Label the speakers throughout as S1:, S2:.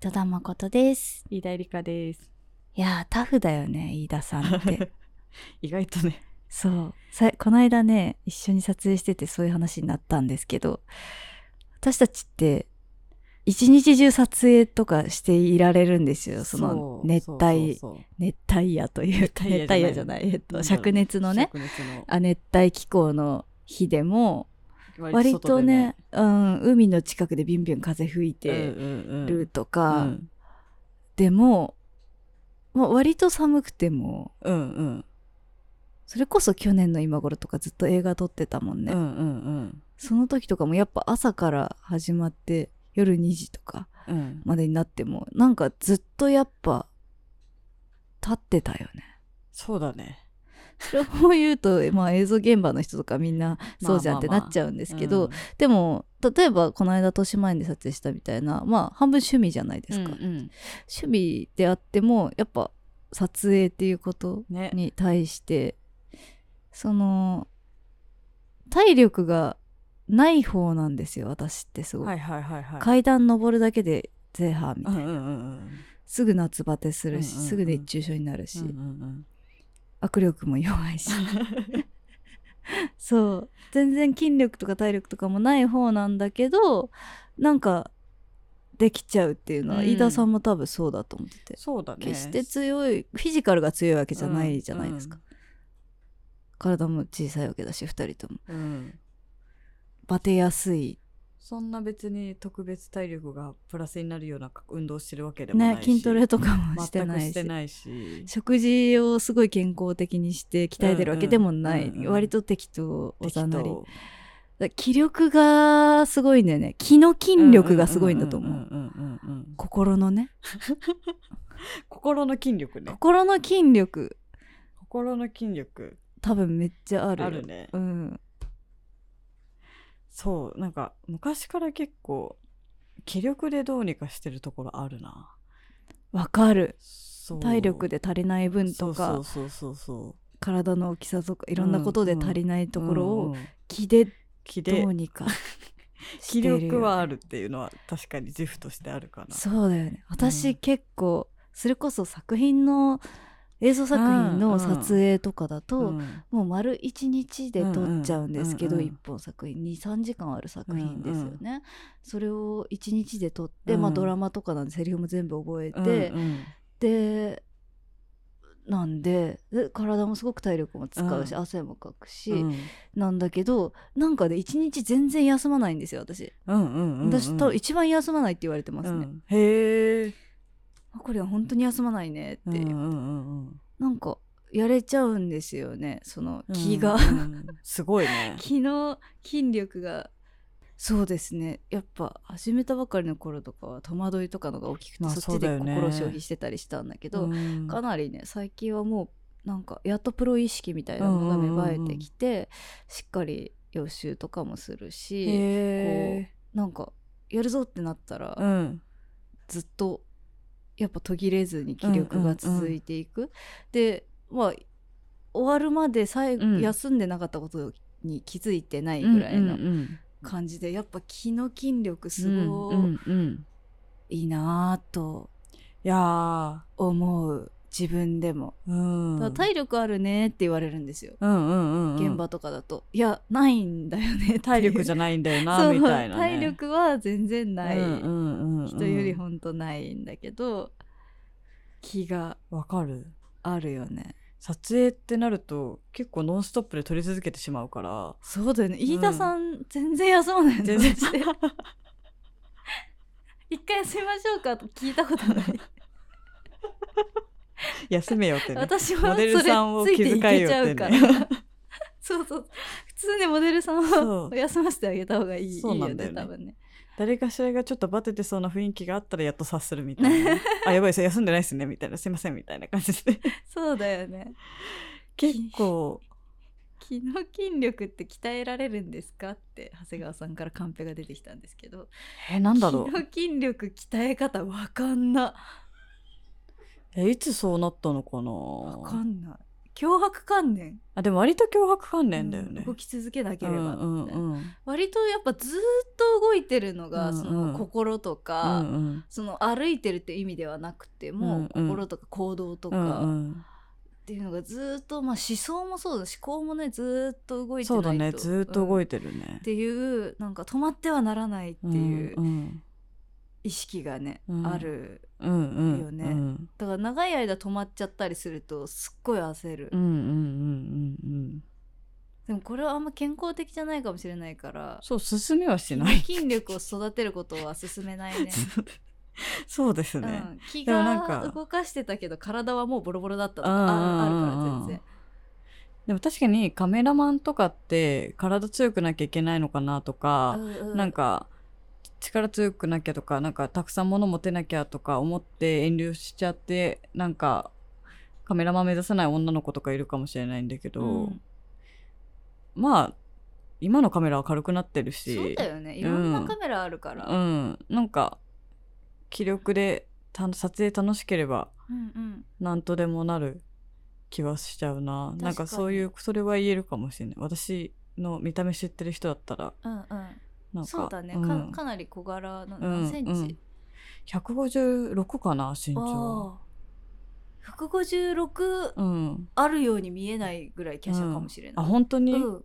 S1: 戸田誠です。
S2: 飯田絵梨香です。
S1: いやー、タフだよね、飯田さん って。
S2: 意外とね。
S1: そう。さこの間ね、一緒に撮影しててそういう話になったんですけど、私たちって、一日中撮影とかしていられるんですよ。その
S2: う
S1: 熱
S2: そう
S1: 帯、
S2: そうそう
S1: 熱帯夜というか、
S2: 熱
S1: 熱帯
S2: 帯夜
S1: 夜
S2: じ
S1: じ
S2: ゃ
S1: ゃ
S2: な
S1: ないい、えっと、
S2: なんだろう
S1: 灼熱のね、
S2: 灼熱の
S1: あ熱帯気候の日でも、割
S2: 割
S1: とね、うん、海の近くでビュンビュン風吹い
S2: 外で
S1: て
S2: ねうんうんうん
S1: ると
S2: う
S1: か、
S2: ん
S1: でも、まあ、割と寒くても、
S2: うんうん
S1: それこそ去年の今頃とかずっと映画撮ってたもんね、
S2: うんうん
S1: その時とかもやっぱ朝から始まって夜2時とか
S2: うんうん
S1: までになってもなんかずっとやっぱ立ってたよね。
S2: そうだね
S1: それを言うと、まあ、映像現場の人とかみんなそうじゃんって
S2: ま
S1: な
S2: あまあまあ
S1: っちゃうんで
S2: です
S1: けど、でも例えばこの間豊島園で撮影したみたいなまあ半分趣味じゃないですか、趣味であってもやっぱ撮影っていうこと
S2: ね
S1: に対してその体力がない方なんですよ私ってすごい、
S2: はいはいはいはい
S1: 階段登るだけでゼーハーみた
S2: う
S1: い
S2: ん
S1: な、
S2: うんうん
S1: すぐ夏バテするし、
S2: うんうんうん
S1: すぐ熱中症になるし、
S2: うんうん うん
S1: 握力も弱いし そう全然筋力とか体力とかもない方なんだけどなんかできちゃうっていうのは、
S2: うん
S1: 飯田さんも多分そうだと思ってて
S2: そうだね
S1: 決して強いフィジカルが強いわけじゃないじゃないですか、体も小さいわけだし2人とも
S2: うんうん
S1: バテやすい
S2: そんな別に特別体力がプラスになるような運動してるわけでも
S1: ね
S2: ないし
S1: 筋トレとかもして
S2: 全
S1: な
S2: く
S1: いし
S2: してないし
S1: 食事をすごい健康的にして鍛えてるわけでもない、
S2: うんうんうんうん
S1: 割と適当おざなりだ
S2: 適当
S1: から気力がすごいんだよね気の筋力がすごいんだと思う,、
S2: んうんうんうんうん
S1: 心のね
S2: 心の筋力ね
S1: 心の筋力
S2: 心の筋力
S1: 多分めっちゃあるよ
S2: あるね
S1: うん
S2: そうなんか昔から結構気力でどうにかしてるところあるな
S1: わかる
S2: そう
S1: 体力で足りない分とか
S2: そうそうそうそう
S1: 体の大きさとかいろんなことで足りないところ
S2: うん
S1: を
S2: うん
S1: 気で
S2: 気で
S1: どうにか
S2: 気
S1: してるよ
S2: 力はあるっていうのは確かに自負としてあるかな
S1: そうだよね私結構、それこそ作品の映像作品
S2: うんう
S1: の
S2: ん
S1: 撮影とかだと、
S2: ん
S1: もう丸1日で撮っちゃうんですけど、
S2: うんうんうんうん
S1: 1本作品23時間ある作品ですよね、
S2: うん
S1: それを1日で撮って、まあ、
S2: うん
S1: ドラマとかなんでセリフも全部覚えて、
S2: うんうん
S1: でなんでで体もすごく体力も使うし、
S2: うん
S1: 汗もかくし、
S2: うん
S1: なんだけどなんかね一日全然休まないんですよ私、
S2: うんうんうん
S1: 私と一番休まないって言われてます
S2: う
S1: ね、
S2: んへえ
S1: あこれは本当に休まないねって、
S2: うん
S1: なんかやれちゃうんですよねその
S2: うん
S1: 気が、
S2: うんうんすごいね
S1: 気の筋力がそうですねやっぱ始めたばかりの頃とかは戸惑いとかのが大きくて、
S2: まあ
S1: そっち
S2: そうだ
S1: で
S2: よね
S1: 心を消費してたりしたんだけど、
S2: うん
S1: かなりね最近はもうなんかやっとプロ意識みたいなのが芽生えてきて、しっかり予習とかもするし
S2: へ
S1: なんかやるぞってなったら、
S2: ーうん
S1: ずっとやっぱ途切れずに気力が続いていく、でまあ終わるまで最後、
S2: うん
S1: 休んでなかったことに気づいてないぐらい
S2: うん
S1: の
S2: うんうん
S1: 感じで、やっぱ気の筋力すご
S2: うんう
S1: い
S2: んうん
S1: いいなぁと
S2: いやー
S1: 思う自分でも、
S2: うん
S1: ただ体力あるねって言われるんですよ、
S2: うんうんうんうん
S1: 現場とかだと、いやないんだよね
S2: 体力じ
S1: ゃ
S2: ゃないんだ よ
S1: そ
S2: な
S1: う
S2: みたいな、ね、
S1: 体力は全然ない、
S2: うんうんうんうん
S1: 人よりほんとないんだけど気が
S2: わかる
S1: あるよね
S2: 撮影ってなると結構ノンストップで撮り続けてしまうから
S1: そうだよね飯田さん、全然休まないよね
S2: 全然
S1: 一回休みましょうかと聞いたことない
S2: 休めよって ね
S1: 私も
S2: モ
S1: それ
S2: デルさんを
S1: つい
S2: 気
S1: て
S2: 遣
S1: いけ
S2: い
S1: ちゃ
S2: よっ
S1: う
S2: て
S1: か
S2: ね
S1: ら そうそう普通ねモデルさん
S2: そ
S1: は
S2: う
S1: 休ませてあげた方がいい
S2: そうなんだよ
S1: いい
S2: ね
S1: よね多分ね
S2: 誰かしらがちょっとバテてそうな雰囲気があったらやっと察するみた いなねあやばいです休んでないっすねみたいなすいませんみたいな感じで
S1: そうだよね
S2: 結構
S1: 気の筋力って鍛えられるんですかって長谷川さんからカンペが出てきたんですけど
S2: えなんだろ
S1: 気の筋力鍛え方わかんな
S2: うえいつそうなったのか
S1: わか
S2: なん
S1: ない脅迫観念
S2: あでも割と脅迫関連だよ
S1: う
S2: ね
S1: ん動き続けなけ
S2: う
S1: ればみたい
S2: ん
S1: な、
S2: うんうんうん
S1: 割とやっぱずーっと動いてるのが、
S2: うんうん
S1: その心とか、
S2: うん
S1: その歩いてるって意味ではなくても、
S2: うんうん
S1: 心とか行動と
S2: うんう
S1: かっ
S2: ん
S1: ていうのがずーっと、まあ、思想もそうだし思考もねずーっと動いて
S2: そ
S1: な
S2: う
S1: いと
S2: だねずーっと動
S1: うん
S2: いてるね
S1: っ、ていうなんか止まってはならないっていう
S2: うん
S1: 意識がね、
S2: うん
S1: ある
S2: うんうんうん
S1: よね
S2: うん
S1: だから長い間止まっちゃったりするとすっごい焦る、
S2: うんうんうんうんうん
S1: でもこれはあんま健康的じゃないかもしれないから
S2: そう進めは しない
S1: 筋力を育てることは勧めない ね
S2: そうです
S1: う
S2: ね、
S1: ん、気
S2: でもなん
S1: が
S2: か
S1: 動かしてたけど体はもうボロボロだったとか
S2: うんうんうんうん
S1: ああるから全然
S2: でも確かにカメラマンとかって体強くなきゃいけないのかなとか、
S1: う
S2: なんか力強くなきゃとかなんかたくさん物持てなきゃとか思って遠慮しちゃってなんかカメラマン目指せない女の子とかいるかもしれないんだけど、
S1: うん
S2: まあ今のカメラは軽くなってるし
S1: そうだよねいろんなカメラあるから、
S2: うん、なんか気力でた撮影楽しければ
S1: うんうん
S2: なんとでもなる気はしちゃうな
S1: 確かに
S2: なんかそういうそれは言えるかもしれない私の見た目知ってる人だったら
S1: うん
S2: な
S1: うんん、
S2: か
S1: そうだね、
S2: ん
S1: かかなり小柄な
S2: うん
S1: 何センチ、
S2: うん156かな身長
S1: ああ156
S2: うん
S1: あるように見えないぐらい華奢かもしれない、
S2: あ本当に、
S1: うん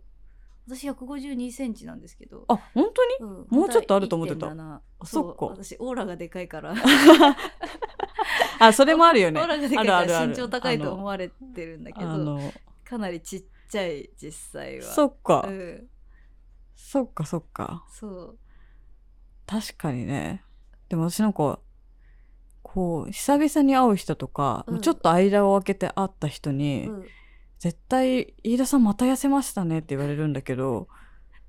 S1: 私152センチなんですけど
S2: あ本当に
S1: うん
S2: もうちょっとあると思ってた
S1: 本当は1.7
S2: あそっか
S1: う私オーラがでかいから、
S2: あそれもあるよ ね
S1: オーラがでかい
S2: あ
S1: か
S2: るあ
S1: ら
S2: る
S1: 身長高いと思われてるんだけ
S2: あのあ
S1: ど
S2: の
S1: かなりちっちゃい実際は
S2: そっか、
S1: うん、
S2: そっかそっか
S1: そう
S2: 確かにねでも私なんかこう久々に会う人とか、
S1: うん
S2: ちょっと間を空けて会った人に、
S1: うん
S2: 絶対飯田さんまた痩せましたねって言われるんだけど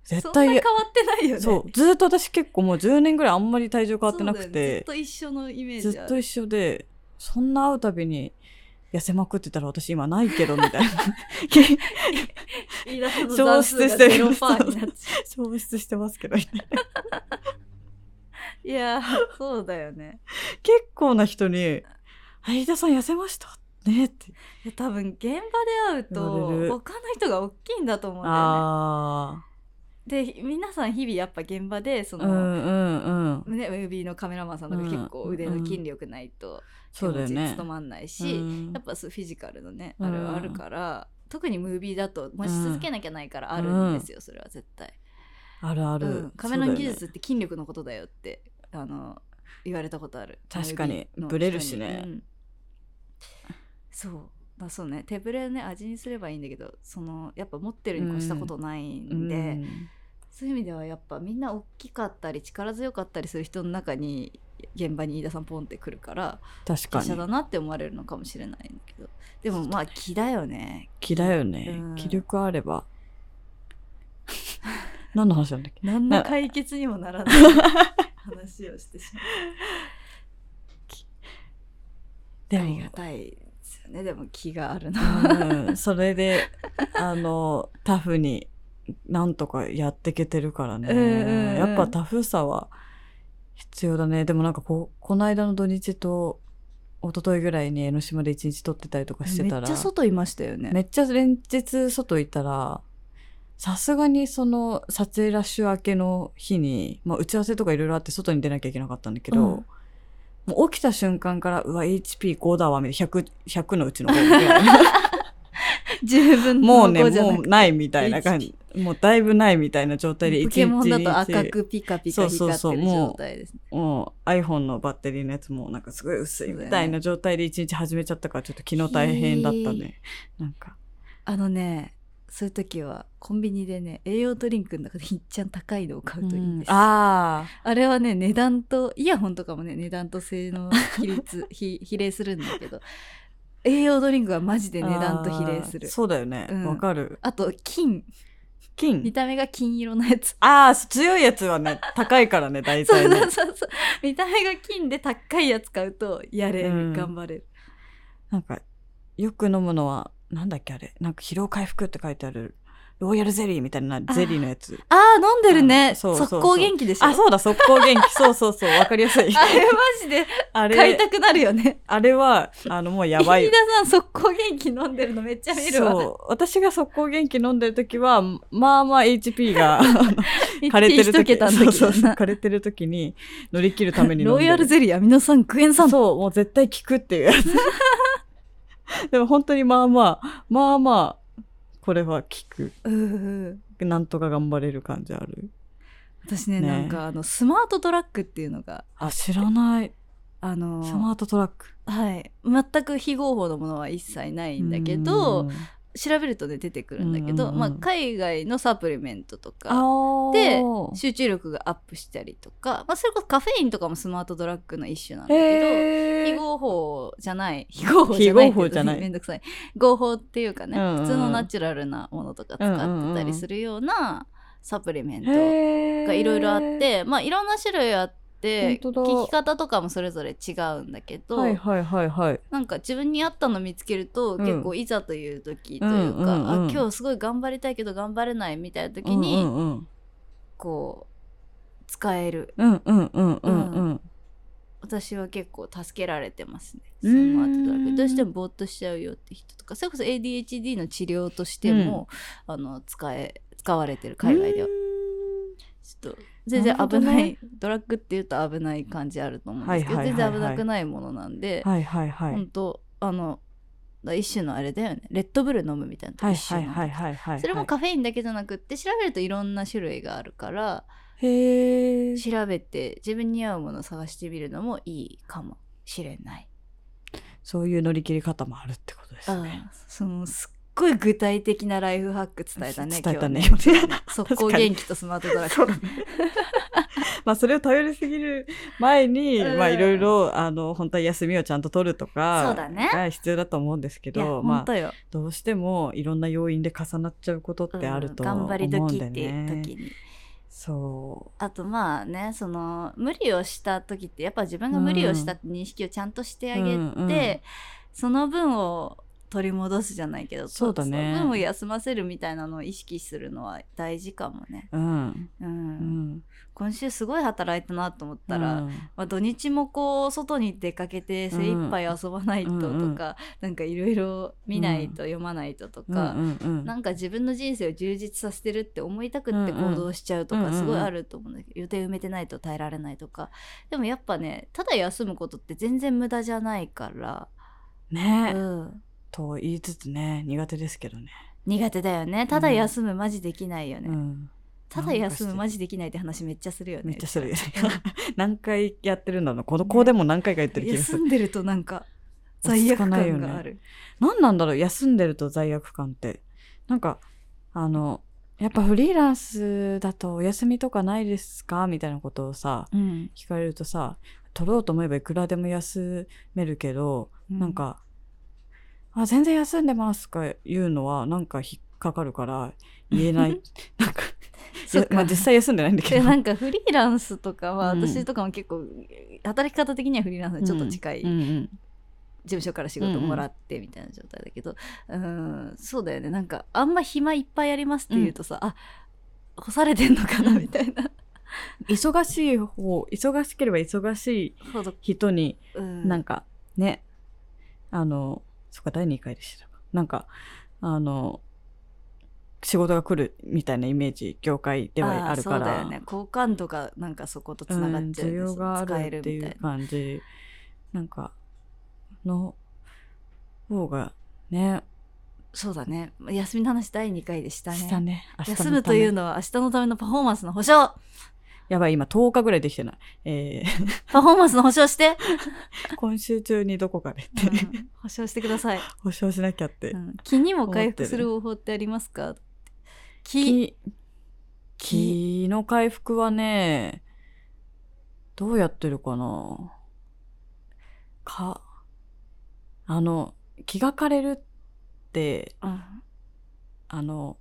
S2: 絶
S1: そんな
S2: 対
S1: 変わってないよね
S2: そうずーっと私結構もう10年ぐらいあんまり体重変わってなく
S1: そうだよねずってと一緒のイメー
S2: ずっ
S1: ジあ
S2: と
S1: る
S2: 一緒でそんな会うたびに痩せまくってたら私今ないけどみたいな
S1: 飯田さんの
S2: 消
S1: 残
S2: 失
S1: 数が
S2: してる
S1: ゼロパーになっ ちゃ
S2: 消失してますけど結
S1: ういやーそうだよね
S2: 構な人に「あ飯田さん痩せましたね」って
S1: いや多分現場で会うと
S2: 言われる
S1: 他の人が大きいんだと思うんだよ
S2: ああ
S1: ねで皆さん日々やっぱ現場でそ
S2: うん
S1: の、
S2: うんうん
S1: ね、ムービーのカメラマンさんとか結構腕の筋力ないと気
S2: そうだ
S1: 持
S2: よ
S1: ち
S2: ね
S1: 務まんないし、
S2: うん
S1: やっぱそうフィジカルのね
S2: うん
S1: あれはあるから、特にムービーだと持ち続けなきゃないからあるんですよ、それは絶対、
S2: あるあ
S1: う
S2: る、
S1: ん、カメラの技
S2: そう
S1: 術って筋力のことだよってあの言われたことある
S2: 確かに
S1: ムービーの人
S2: ブレるしね
S1: うんそうだそうね手ぶれをね味にすればいいんだけどそのやっぱ持ってるに越したことない
S2: だよ
S1: んで、
S2: ね
S1: そういう意味ではやっぱみんな大きかったり力強かったりする人の中に現場に飯田さんポンってくるから
S2: うん、確
S1: 華
S2: か
S1: 奢
S2: に
S1: だなって思われるのかもしれないんだけどでもまあ気だよね
S2: 気だよね、
S1: うん
S2: 気力あれば 何の話なんだっけ
S1: 何
S2: の
S1: の解決にもなら ない話をしてしまう
S2: で
S1: あ
S2: も
S1: りがたいですよねでも気があるの
S2: うん、それであのタフになんとかやってけてるからね、
S1: うんうんうん
S2: やっぱタフさは必要だねでもなんかここの間の土日と一昨日ぐらいに江ノ島で一日撮ってたりとかして
S1: め
S2: たら
S1: っちゃ外いましたよね
S2: めっちゃ連日外いたらさすがにその撮影ラッシュ明けの日に、まあ、打ち合わせとかいろいろあって外に出なきゃいけなかったんだけど、
S1: うん
S2: もう起きた瞬間からうわ HP5 だわみたいな 100, 100のうちの5みたいな。
S1: 十分の
S2: もうね、
S1: 5じゃなく
S2: もうないみたいな感じ。もうだいぶないみたいな状態で、
S1: ポケモンだ
S2: 一
S1: と
S2: 日
S1: 赤くピカピカ光って
S2: そうそうそう
S1: る
S2: もう
S1: 状態ですね
S2: もう iPhone のバッテリーのやつもなんかすごい薄いみたいな状態で一日始めちゃったから、ちょっと昨日大変だったね。なんか。
S1: あのねそういう時はコンビニでね栄養ドリンクの中でいっちゃん高いのを買うといいんです、あ
S2: あ
S1: れはね値段とイヤホンとかもね値段と性能比 率比比例するんだけど栄養ドリンクはマジで
S2: あ。
S1: 値段と比例する
S2: そうだよね
S1: う。ん
S2: わ、かる。
S1: あと金見
S2: 金。
S1: た目が金色のやつ
S2: ああ、強いやつはね、高 いからね、大
S1: そう
S2: 体
S1: そ
S2: ね
S1: う。そうそう見た目が金で高いやつ買うとやれる、
S2: うん
S1: 頑張れる
S2: なんか、よく飲むのは、なんだっけあれ。なんか疲労回復って書いてあるロイヤルゼリーみたいなゼリーのやつ。
S1: あー、飲んでるね。
S2: うんそうそうそう
S1: 速攻元気でしょ。
S2: あ、そうだ、速攻元気。そうそうそう、わかりや すい。
S1: あれマジで
S2: あ
S1: 買い
S2: れ、
S1: たくなるよね。
S2: あれは、あの、もうやばい
S1: 飯。田さん、速攻元気飲んでるのめっちゃ見るわ。
S2: そう。私が速攻元気飲んでる時は、まあまあ HP が枯れてる
S1: 一
S2: 時
S1: 桁の
S2: そう
S1: 時
S2: そう
S1: だ
S2: そう
S1: な。
S2: 枯れてる時に乗り切るために飲んでる
S1: ロイヤルゼリーアミノ酸クエン酸。
S2: そう、もう絶対効くっていうや つ。でも本当にまあまあ、まあまあ、これは効く。
S1: うーん
S2: なんとか頑張れる感じある。
S1: 私ね
S2: ね
S1: なんかあのスマートトラックっていうのが
S2: あ、知らない。
S1: あの
S2: スマートトラック。
S1: はい全く非合法のものは一切ないんだけど、調べるとね出てくるんだけど、
S2: うんうんうん
S1: まあ、海外のサプリメントとか
S2: あ
S1: で
S2: ー
S1: 集中力がアップしたりとか、まあ、それこそカフェインとかもスマートドラッグの一種なんだけど、
S2: へ
S1: 非
S2: ー
S1: 合法じゃない非合法じゃない
S2: 非合法じゃない
S1: めんどくさい合法っていうかね、
S2: うんうんうん
S1: 普通のナチュラルなものとか使ってたりするようなサプリメントがいろいろあっ
S2: へ
S1: て、まあいろんな種類あって
S2: 本当だ
S1: 聞き方とかもそれぞれ違うんだけ
S2: ー
S1: ど、
S2: はいはいはいはい。
S1: なんか自分に合ったの見つけると、
S2: ん
S1: 結構いざという時というか、
S2: うんうんうん
S1: あ今日すごい頑張りたいけど頑張れないみたいな時
S2: う
S1: に
S2: んうん
S1: こう使える
S2: うんうんうんうんうん。
S1: 私は結構助けられてますね
S2: う
S1: ス
S2: ーん
S1: マートドラッグどうしてもぼーっとしちゃうよって人とかそれこそ ADHD の治療としても、あの使え使われてる海外では
S2: う
S1: ちょっと全然
S2: なるほ
S1: 危
S2: どね
S1: ないドラッグっていうと危ない感じあると思うんですけど、
S2: はいはいはいはい
S1: 全然危なくないものなんで、
S2: ーん。はいはいはい。
S1: 本当あの一種のあれだよねレッドブル飲むみたいな
S2: はい
S1: 一
S2: は
S1: 種
S2: い
S1: の
S2: はいはいはい。
S1: それもカフェインだけじゃなくって調べるといろんな種類があるから
S2: へえ。
S1: 調べて自分に合うものを探してみるのもいいかもしれない。
S2: そういう乗り切り方もあるってことですね。
S1: ああそのすっごい具体的なライフハック伝えたね
S2: 伝えたね
S1: 今日 ね速攻
S2: 確かに
S1: 元気とスマートドラッ
S2: そう
S1: グ
S2: だねまあそれを頼りすぎる前に、
S1: うん
S2: まあいろいろあの本当は休みをちゃんと取ると
S1: そう
S2: か
S1: だね
S2: が必要だと思うんですけ
S1: いや
S2: ど、
S1: 本
S2: まあ
S1: 当よ、
S2: どうしてもいろんな要因で重なっちゃうことってあると思
S1: う
S2: うんんで
S1: 頑張
S2: ね。
S1: り時っていう時に
S2: そ
S1: あとまあねその無理をした時ってやっぱ自分が無理をしたって認識をちゃんとしてあげて、
S2: うんうん
S1: その分を取り戻すじゃないけど
S2: そうだね
S1: の分を休ませるみたいなのを意識するのは大事かもね、
S2: う。うん。
S1: う
S2: うんん。
S1: 今週すごい働いたなと思ったら、
S2: うん
S1: まあ、土日もこう外に出かけて精一杯遊ばないととか、
S2: うんうん
S1: なんかいろいろ見ないと読まないとと
S2: うん
S1: か、
S2: うん
S1: なんか自分の人生を充実させてるって思いたくって行動しちゃうと
S2: うんう
S1: か
S2: ん
S1: すごいあると思うんだけど、予定埋めてないと耐えられないとかでもやっぱねただ休むことって全然無駄じゃないから、
S2: うん。ね、
S1: うん、
S2: と言いつつね苦手ですけどね。
S1: 苦手だよねただ休むマジできないよね、
S2: うん。
S1: ただ休むマジできないって話めっちゃするよね
S2: めっちゃするよ ね。何回やってるんだろう。この子でも何回か言ってる気がす
S1: 休
S2: る。
S1: んでるとなんか
S2: 落
S1: 罪
S2: ち着
S1: 悪
S2: かないよ
S1: 感
S2: ね
S1: がある、
S2: 何なんだろう休んでると罪悪感ってなんかあのやっぱフリーランスだとお休みとかないですかみたいなことをさ
S1: うん
S2: 聞かれるとさ取ろうと思えばいくらでも休めるけど、なんか「あ全然休んでます」とか言うのはなんか引っかかるから言えない なんか
S1: そっ
S2: いやまあ
S1: か
S2: 実際休んでないんだけ
S1: で
S2: ど
S1: なんかフリーランスとかは、
S2: うん
S1: 私とかも結構働き方的にはフリーランスにちょっと近い、
S2: うんうん
S1: 事務所から仕事もらってみたいな状態だけど、うんそうだよねなんかあんま暇いっぱいありますって言うとさ、あ干されてんのかな
S2: うん
S1: みたいな、
S2: 忙しい方忙しければ忙しい
S1: ほど
S2: 人に
S1: うん
S2: なんかね、あの、そっか、第2回でしたか。なんか、あの、仕事が来るみたいなイメージ、業界ではあるから。
S1: ーそうだよね好感度がなんかそことつながっちゃう
S2: うん需
S1: よね
S2: 要があ
S1: 使え
S2: る
S1: る
S2: って
S1: み
S2: い
S1: た
S2: う
S1: いな
S2: 感じ。なんか、の方がね、
S1: そうだね休みの話第2回でしたね
S2: したね。明日の
S1: 休
S2: ため
S1: むというのは明日のためのパフォーマンスの保証
S2: やばい、今10日ぐらいできてない。え
S1: パフォーマンスの保証して、
S2: ー今週中にどこかでっ
S1: う
S2: て、
S1: ん保証してください
S2: 保証しなきゃって。
S1: うん気にも回復する方法ってありますか気
S2: 気、気の回復はね、どうやってるかなか、あの、気が枯れるって、
S1: うん
S2: あの、こ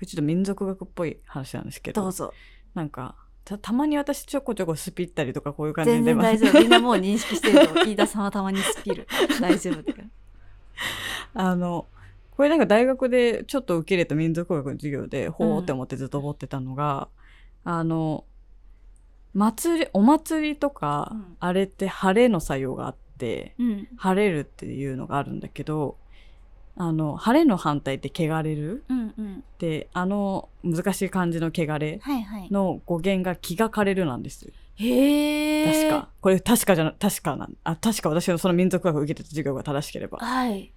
S2: れちょっと民族学っぽい話なんですけど、
S1: どうぞ
S2: なんか、たたまに私ちょこちょこスピったりとかこういう感じで
S1: 全然
S2: まあ
S1: 大丈夫みんなもう認識してると思う飯田さんはたまにスピる大丈夫だよ
S2: あの、ここれなんか大学でちょっと受け入れた民族学の授業で、ほーって思ってずっと思ってたのが、あの、祭り、お祭りとか、
S1: うん
S2: あれって晴れの作用があって、
S1: うん。
S2: 晴れるっていうのがあるんだけど、あの、晴れの反対って汚れる
S1: うんうん。
S2: って、あの難しい漢字の汚れ
S1: はいはい。
S2: の語源が気が枯れるなんですよ。
S1: へ
S2: 確
S1: え。
S2: か。。これ確かじゃな、確かなん、あ、確か私のその民族学を受けてた授業が正しければ。
S1: はい。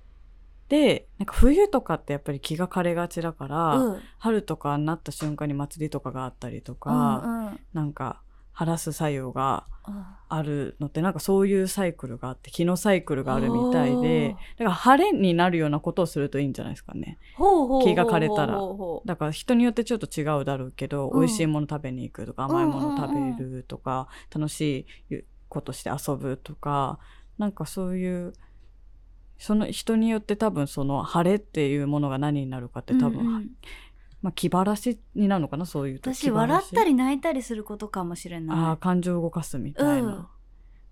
S2: で、なんか冬とかってやっぱり気が枯れがちだから、
S1: うん。
S2: 春とかになった瞬間に祭りとかがあったりと
S1: う
S2: か、
S1: んうん。
S2: なんか晴らす作用が
S1: あ
S2: あるのってなんかそういうサイクルがあって気のサイクルがあるみたいでだから晴れになるようなことをするといいんじゃないですかね
S1: ほうほうほうほうほう。
S2: 気が枯れたら
S1: ほうほう
S2: だから人によってちょっと違うだろうけど、
S1: うん
S2: 美味しいもの食べに行くとか甘いもの食べるとか、楽しいことして遊ぶとかなんかそういうその人によって多分その晴れっていうものが何になるかって多分、
S1: うんうん
S2: まあ気晴らしになるのかなそういうと
S1: 私笑った
S2: り
S1: り泣いたりすることかもしれ
S2: ああ
S1: な
S2: 感情を動かすみたいな、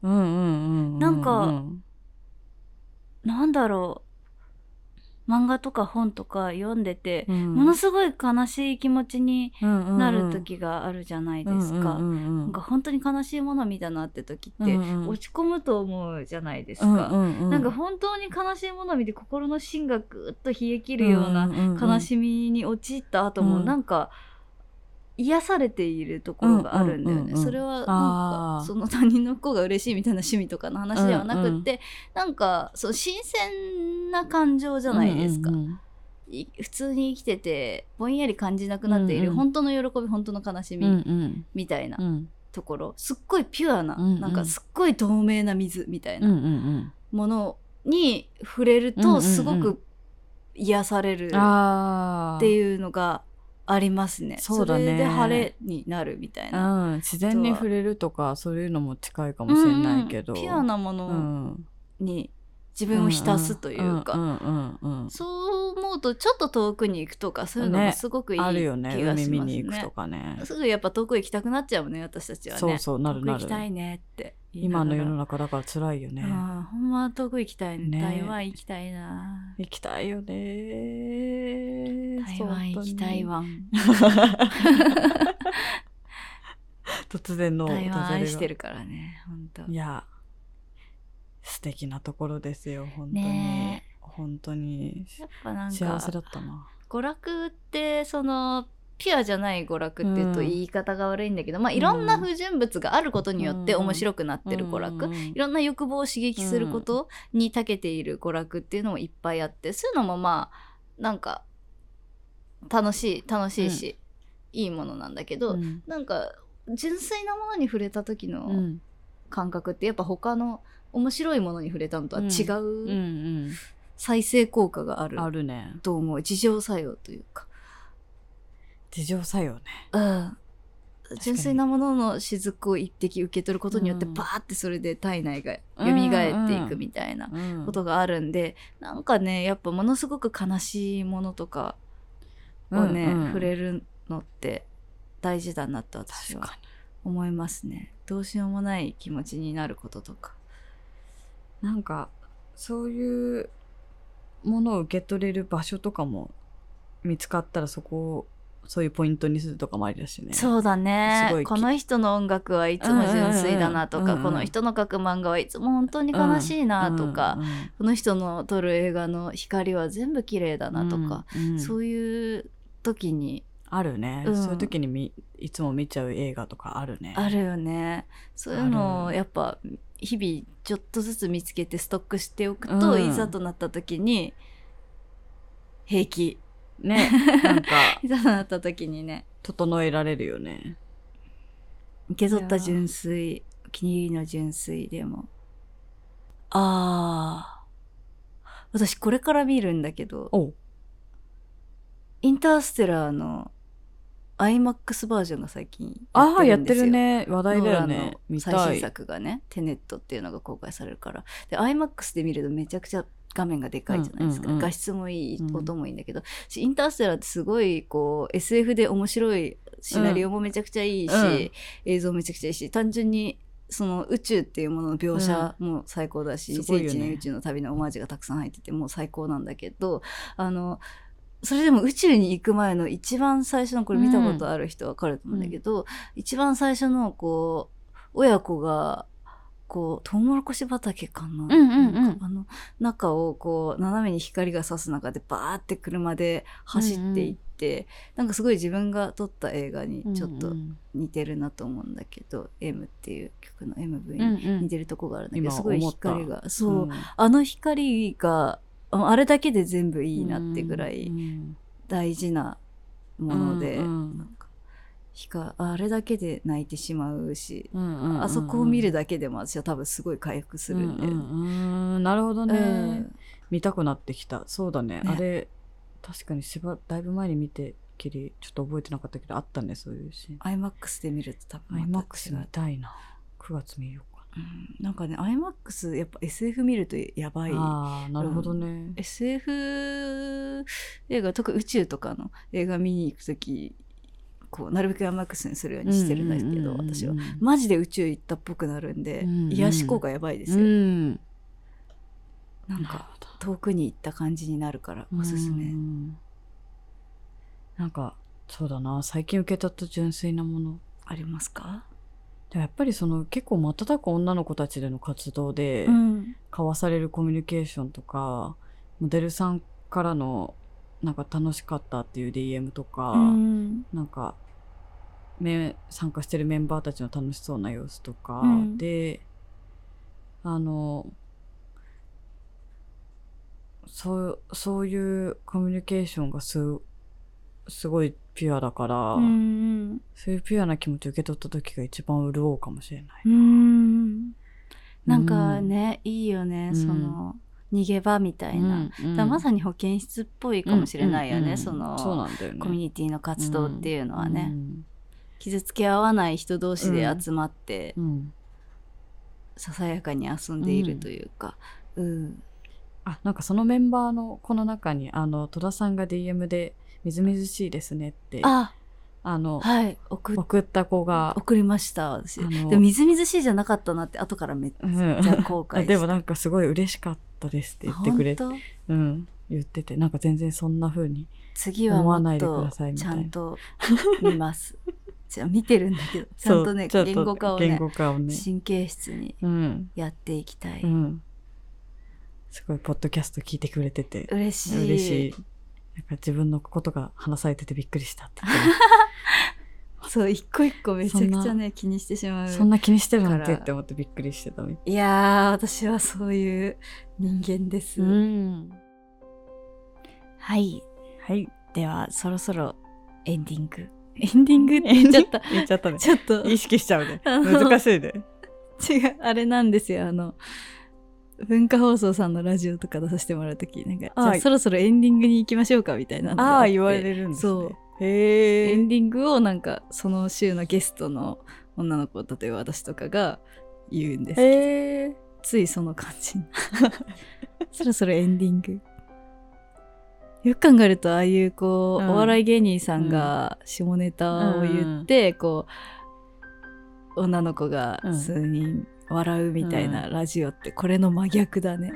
S2: うん、うんうんうんうんうん
S1: なんかいなんだろう漫画とか本とか読んでて、ものすごい悲しい気持ちに
S2: ご
S1: なる時があるじゃないですか、
S2: うんうんうん、
S1: なんか本当に悲しいもの見たなって時って、
S2: うんうん
S1: 落ち込むと思うじゃないですか、
S2: うんう
S1: なんか本当に悲しいものを見て心の芯がぐっと冷え切るような悲
S2: い
S1: しみに陥った後も
S2: うん
S1: なんか癒されているところがあるんだよ
S2: うんうん
S1: ね。
S2: うんうん
S1: それはなん
S2: あ
S1: か
S2: ー
S1: その他人の子が嬉しいみたいな趣味とかの話ではなくってなんかそう新鮮な感情じ
S2: じ
S1: ゃないですか
S2: うんう。ん
S1: い普通に生きててぼんやり感じなくなってい
S2: うん
S1: る
S2: うん
S1: 本当の喜び本当の悲し
S2: うんうん
S1: みみたいな
S2: うん
S1: ところすっごいピュアな
S2: うんうん
S1: なんかすっごい透明な水みたい
S2: うんう
S1: なん
S2: うん
S1: ものに触れる
S2: うんうんう
S1: と
S2: ん
S1: すごく癒されるっ
S2: ああ
S1: ていうのがありますね。
S2: そうだね
S1: れで晴れになるみたいな。
S2: うん、自然に触れるとかそういうのも近いかもしれないけど、
S1: うんうんピュアなも
S2: う
S1: の
S2: ん
S1: に自分を浸すというか、
S2: んうんうんうん
S1: そう思うとちょっと遠くに行くとかそういうのも
S2: ね
S1: すごくいい気
S2: あ
S1: が
S2: る
S1: しま
S2: よね
S1: すね。
S2: 海見に行くとかね
S1: すぐやっぱ遠く行きたくなっちゃうもんね私たちはね。
S2: そうそうなるな
S1: 遠く行き
S2: る
S1: たいねって言いなが
S2: 今の
S1: ら
S2: 世の中だから辛いよね、
S1: うんほんま遠く行きたいね。
S2: ね
S1: 台湾行きたいな。
S2: 行きたいよね
S1: 台湾行きたいわん。
S2: 突然の
S1: 台湾愛して
S2: る
S1: るからね本当
S2: いや素敵なところですよ本当に、
S1: ね
S2: 本当に
S1: やっぱなん
S2: 幸せだ
S1: か
S2: ったな
S1: 娯楽ってそのピュアじゃない娯楽っていうと
S2: うん
S1: 言い方が悪いんだけど、まあいろんな不純物があることによって
S2: うん
S1: 面白くなってる娯楽、
S2: うん
S1: いろんな欲望を刺激することに長けている娯楽っていうのもいっぱいあってそういうのもまあなんか楽しい楽しいし、いいものなんだけど、
S2: うん
S1: なんか純粋なものに触れた時の、
S2: うん
S1: 感覚ってやっぱ他の面白いものに触れたのとは違
S2: う
S1: う
S2: んうん
S1: 再生効果がある
S2: あるね
S1: と思う自浄作用というか、
S2: 自浄作用ね
S1: うん、
S2: に
S1: 純粋なものの雫を一滴受け取ることによって
S2: うん
S1: バーってそれで体内が蘇っていくみたいな
S2: うん
S1: ことがあるんでなんかねやっぱものすごく悲しいものとかをね、
S2: うんうん
S1: 触れるのって大事だなと私
S2: 確
S1: は
S2: か
S1: 思いますね。どうしようもない気持ちになることとか。
S2: になんかそういうものを受け取れる場所とかも見つかったらそこをそういうポイントにするとかもありだしね
S1: そうだね
S2: すごいき
S1: この人の音楽はいつも純粋だなとか、
S2: うんうんうん
S1: この人の描く漫画はいつも本当に悲しいなとか、
S2: うんうん
S1: この人の撮る映画の光は全部綺麗だなとか、、
S2: うんうん
S1: そういう時に
S2: あるね、
S1: うん
S2: そういう時にみいつも見ちゃう映画とかあるね
S1: あるよね、そういうの
S2: あ
S1: を
S2: る
S1: やっぱ日々ちょっとずつ見つけてストックしておくと、
S2: うん
S1: いざとなった時に平気
S2: ねなん か
S1: いざとなった時にね
S2: 整えられるよね
S1: 受け取った
S2: いやー
S1: 純粋お気に入りの純粋でもあー私これから見るんだけど
S2: おう
S1: インターステラーの IMAX バージョンが最近
S2: ああや
S1: や
S2: っ
S1: って
S2: て
S1: る
S2: る
S1: んですよ
S2: ね話題だよね
S1: ノ
S2: 見
S1: ーランの最新
S2: たい
S1: 作がね「テネット」っていうのが公開されるからで IMAX で見るとめちゃくちゃ画面がでかいじゃないですか、
S2: うんうんうん
S1: 画質もいい、
S2: うん
S1: 音もいいんだけどしインターステラーってすごいこう SF で面白いシナリオもめちゃくちゃいいし、
S2: うん
S1: 映像めちゃくちゃいいし単純にその宇宙っていうものの描写も最高だし、
S2: すごい
S1: 全
S2: よね
S1: 地に宇宙の旅のオマージュがたくさん入っててもう最高なんだけどあのそれでも宇宙に行く前の一番最初のこれ見たことある人わかると思うんだけど、一番最初のこう親子がこうトウモロコシ畑かな,、
S2: うんうんうん
S1: なんかあの中をこう斜めに光が差す中でバーって車で走っていって、なんかすごい自分が撮った映画にちょっと
S2: うん
S1: 似てるなと思うんだけど「M」っていう曲の MV
S2: うん
S1: に
S2: うん
S1: 似てるとこがあるんだけど、
S2: 今
S1: すごい
S2: 思った
S1: 光がそう、
S2: ん
S1: あの光がああれだけで全部いいなってぐらい
S2: うん
S1: 大事なもので、
S2: うんうん
S1: なんか光あれだけで泣いてしまうし、
S2: うんうんうんうん
S1: あそこを見るだけでも私は多分すごい回復するんで。
S2: うんうんうんなるほどね、
S1: うん
S2: 見たくなってきたそうだ
S1: ね
S2: ねあれ確かにしばだいぶ前に見てきりちょっと覚えてなかったけどあったねそういうシーン
S1: IMAX で見ると多分また違
S2: IMAX 見
S1: う、
S2: たいな9月見ようか
S1: うんなんかね IMAX やっぱ SF 見るとやばい
S2: な、ああなるほどね、
S1: SF 映画特に宇宙とかの映画見に行く時こうなるべく IMAX にするようにしてるんですけど
S2: うんうんうんうん
S1: 私はマジで宇宙行ったっぽくなるんで、
S2: うんうん
S1: 癒し効果やばいです
S2: う
S1: よ、
S2: ん
S1: なんか遠くに行った感じになるからおすすめ、
S2: うんなんかそうだな最近受け取った純粋なもの
S1: ありますか、
S2: でもやっぱりその結構瞬く女の子たちでの活動で、
S1: ん、
S2: 交わされるコミュニケーションとかモデルさんからのなんか楽しかったっていう DM とか、
S1: うん
S2: なんかめ参加してるメンバーたちの楽しそうな様子とか、
S1: うん
S2: であのそうそういうコミュニケーションがすすごいピュアだから、
S1: うん
S2: そういうピュアな気持ちを受け取った時が一番潤うかもしれない。
S1: うんなんか
S2: うん
S1: ね、いいよね、
S2: うん
S1: その逃げ場みたいな、
S2: うんうん
S1: だからまさに保健室っぽいかもしれないよね、
S2: うんうんうん
S1: その
S2: そうなんだよね
S1: コミュニティの活動っていうのはね、
S2: うん
S1: 傷つけ合わない人同士で集まって、
S2: うん
S1: ささやかに遊んでいるというか、うん
S2: あなんかそのメンバーのこの中にあの戸田さんが DM で「みずみずしいですね」ってあ
S1: あ
S2: の、
S1: はい送っ
S2: 送った子が、
S1: 送りました私
S2: あの
S1: でもみずみずしいじゃなかったなって後からめっち
S2: う
S1: ゃ
S2: ん、
S1: 後悔して
S2: でもなんかすごい嬉しかったですって言ってくれて、
S1: 本当
S2: うん、言っててなんか全然そんな風に
S1: 次は
S2: 思
S1: も
S2: わな
S1: っ
S2: いでく
S1: と
S2: ださいみ
S1: ち
S2: たいな
S1: ゃんと見ます じゃあ見てるんだけどちゃんとね
S2: そう
S1: 言語化をね
S2: 言語化をね
S1: 神経質に
S2: うん、
S1: やっていきたい、
S2: うん、すごいポッドキャスト聞いてくれてて
S1: 嬉しい
S2: 嬉しいなんか自分のことが話されててびっくりしたって言ってました
S1: そう一個一個めちゃくち
S2: そ
S1: ゃ
S2: ん
S1: ね気にしてしまう
S2: そんな気にしてるなん
S1: か
S2: て
S1: ら
S2: って思ってびっくりしてたみた
S1: い
S2: い。
S1: やー私はそういう人間です、
S2: ん。
S1: はい
S2: はい。
S1: ではそろそろエンディングエンディングって言っちゃった
S2: 言っちゃった ね。
S1: ちょっと
S2: 意識しちゃ うね。
S1: あの
S2: 難しいね。
S1: 違うあれなんですよあの文化放送さんのラジオとか出させてもらうときなんかじゃ
S2: は
S1: あ
S2: い
S1: そろそろエンディングに行きましょうかみたいなのがって
S2: るん
S1: そう。
S2: へ
S1: エ
S2: え
S1: ン。ディングをなんかその週のゲストの女の子例えば私とかが言うんですけど、
S2: へえ。
S1: ついその感じに そろそろエンディングよく考えるとああいうこう、
S2: うん
S1: お笑い芸人さんが下ネタを言って、こう女の子が
S2: うん
S1: 数人笑うみたいなラジオってこれの真逆だ ね、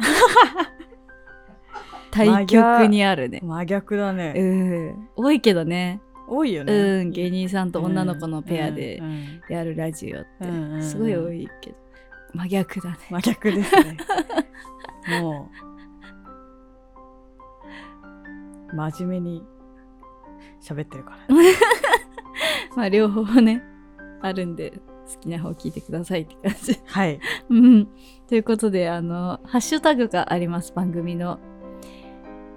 S1: 対極にあるね
S2: 真逆だ
S1: う
S2: ね。
S1: ん多いけどね
S2: 多いよね。
S1: うん芸人さんと女の子のペアで
S2: うん
S1: やるラジオって
S2: うんうん
S1: すごい多いけど真逆だね
S2: 真逆で すね。もう。真面目に喋ってるからね。
S1: まあ両方ねあるんで好きな方聞いてくださいって感じ。
S2: はい。
S1: うん、ということであのハッシュタグがあります番組の。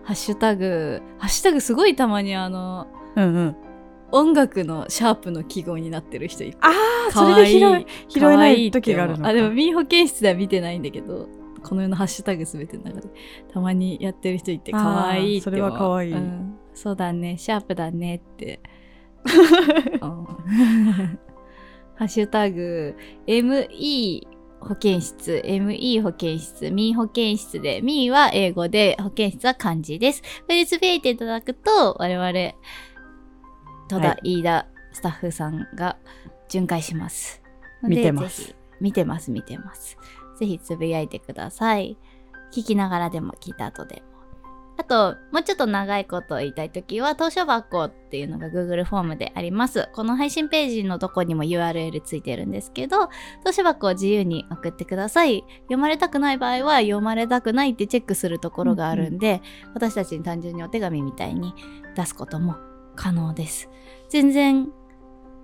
S1: ハッシュタグハッシュタグすごいたまにあの
S2: うんうん。
S1: 音楽のシャープの記号になってる人いる。
S2: ああ、それで拾
S1: かわい
S2: え拾えな
S1: 可愛
S2: い
S1: って
S2: 時
S1: 思
S2: が
S1: う
S2: あるのか。
S1: あでもミー保健室では見てないんだけどこの世のハッシュタグすべての中でたまにやってる人いて
S2: あー
S1: 可愛いって思う
S2: それは可愛い
S1: うんそうだねシャープだね って。うん ハッシュタグ ME 保健室 ME 保健室 ME 保健室で ME は英語で保健室は漢字です。これでつぶやいていただくと我々戸田、
S2: はい
S1: 飯田スタッフさんが巡回します。ので
S2: 見てま
S1: ぜ
S2: す
S1: ひ見てます、見てます。ぜひつぶやいてください。聞きながらでも聞いた後でも。あと、もうちょっと長いことを言いたいときは、投書箱っていうのが Google フォームであります。この配信ページのとこにも URL ついてるんですけど、投書箱を自由に送ってください。読まれたくない場合は、読まれたくないってチェックするところがあるんで、私たちに単純にお手紙みたいに出すことも可能です。全然、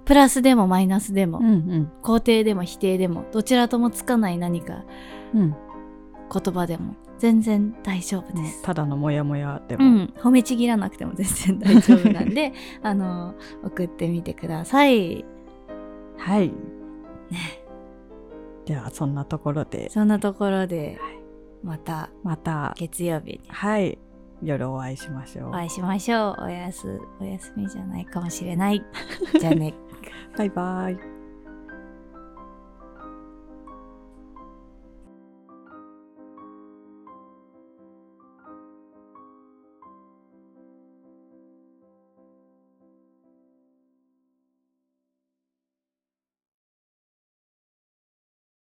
S1: プラスでもマイナスでも、
S2: うんうん
S1: 肯定でも否定でもどちらともつかない何か
S2: うん
S1: 言葉でも全然大丈夫です。
S2: ただのモヤモヤで
S1: う
S2: も、
S1: ん、褒めちぎらなくても 全然大丈夫なん であの送ってみてください
S2: はいではそんなところで
S1: そんなところでまた
S2: また
S1: 月曜日に
S2: はい夜お会いしましょう
S1: お会いし ましょうおやすお休みじゃないかもしれないじゃあね
S2: バイバイ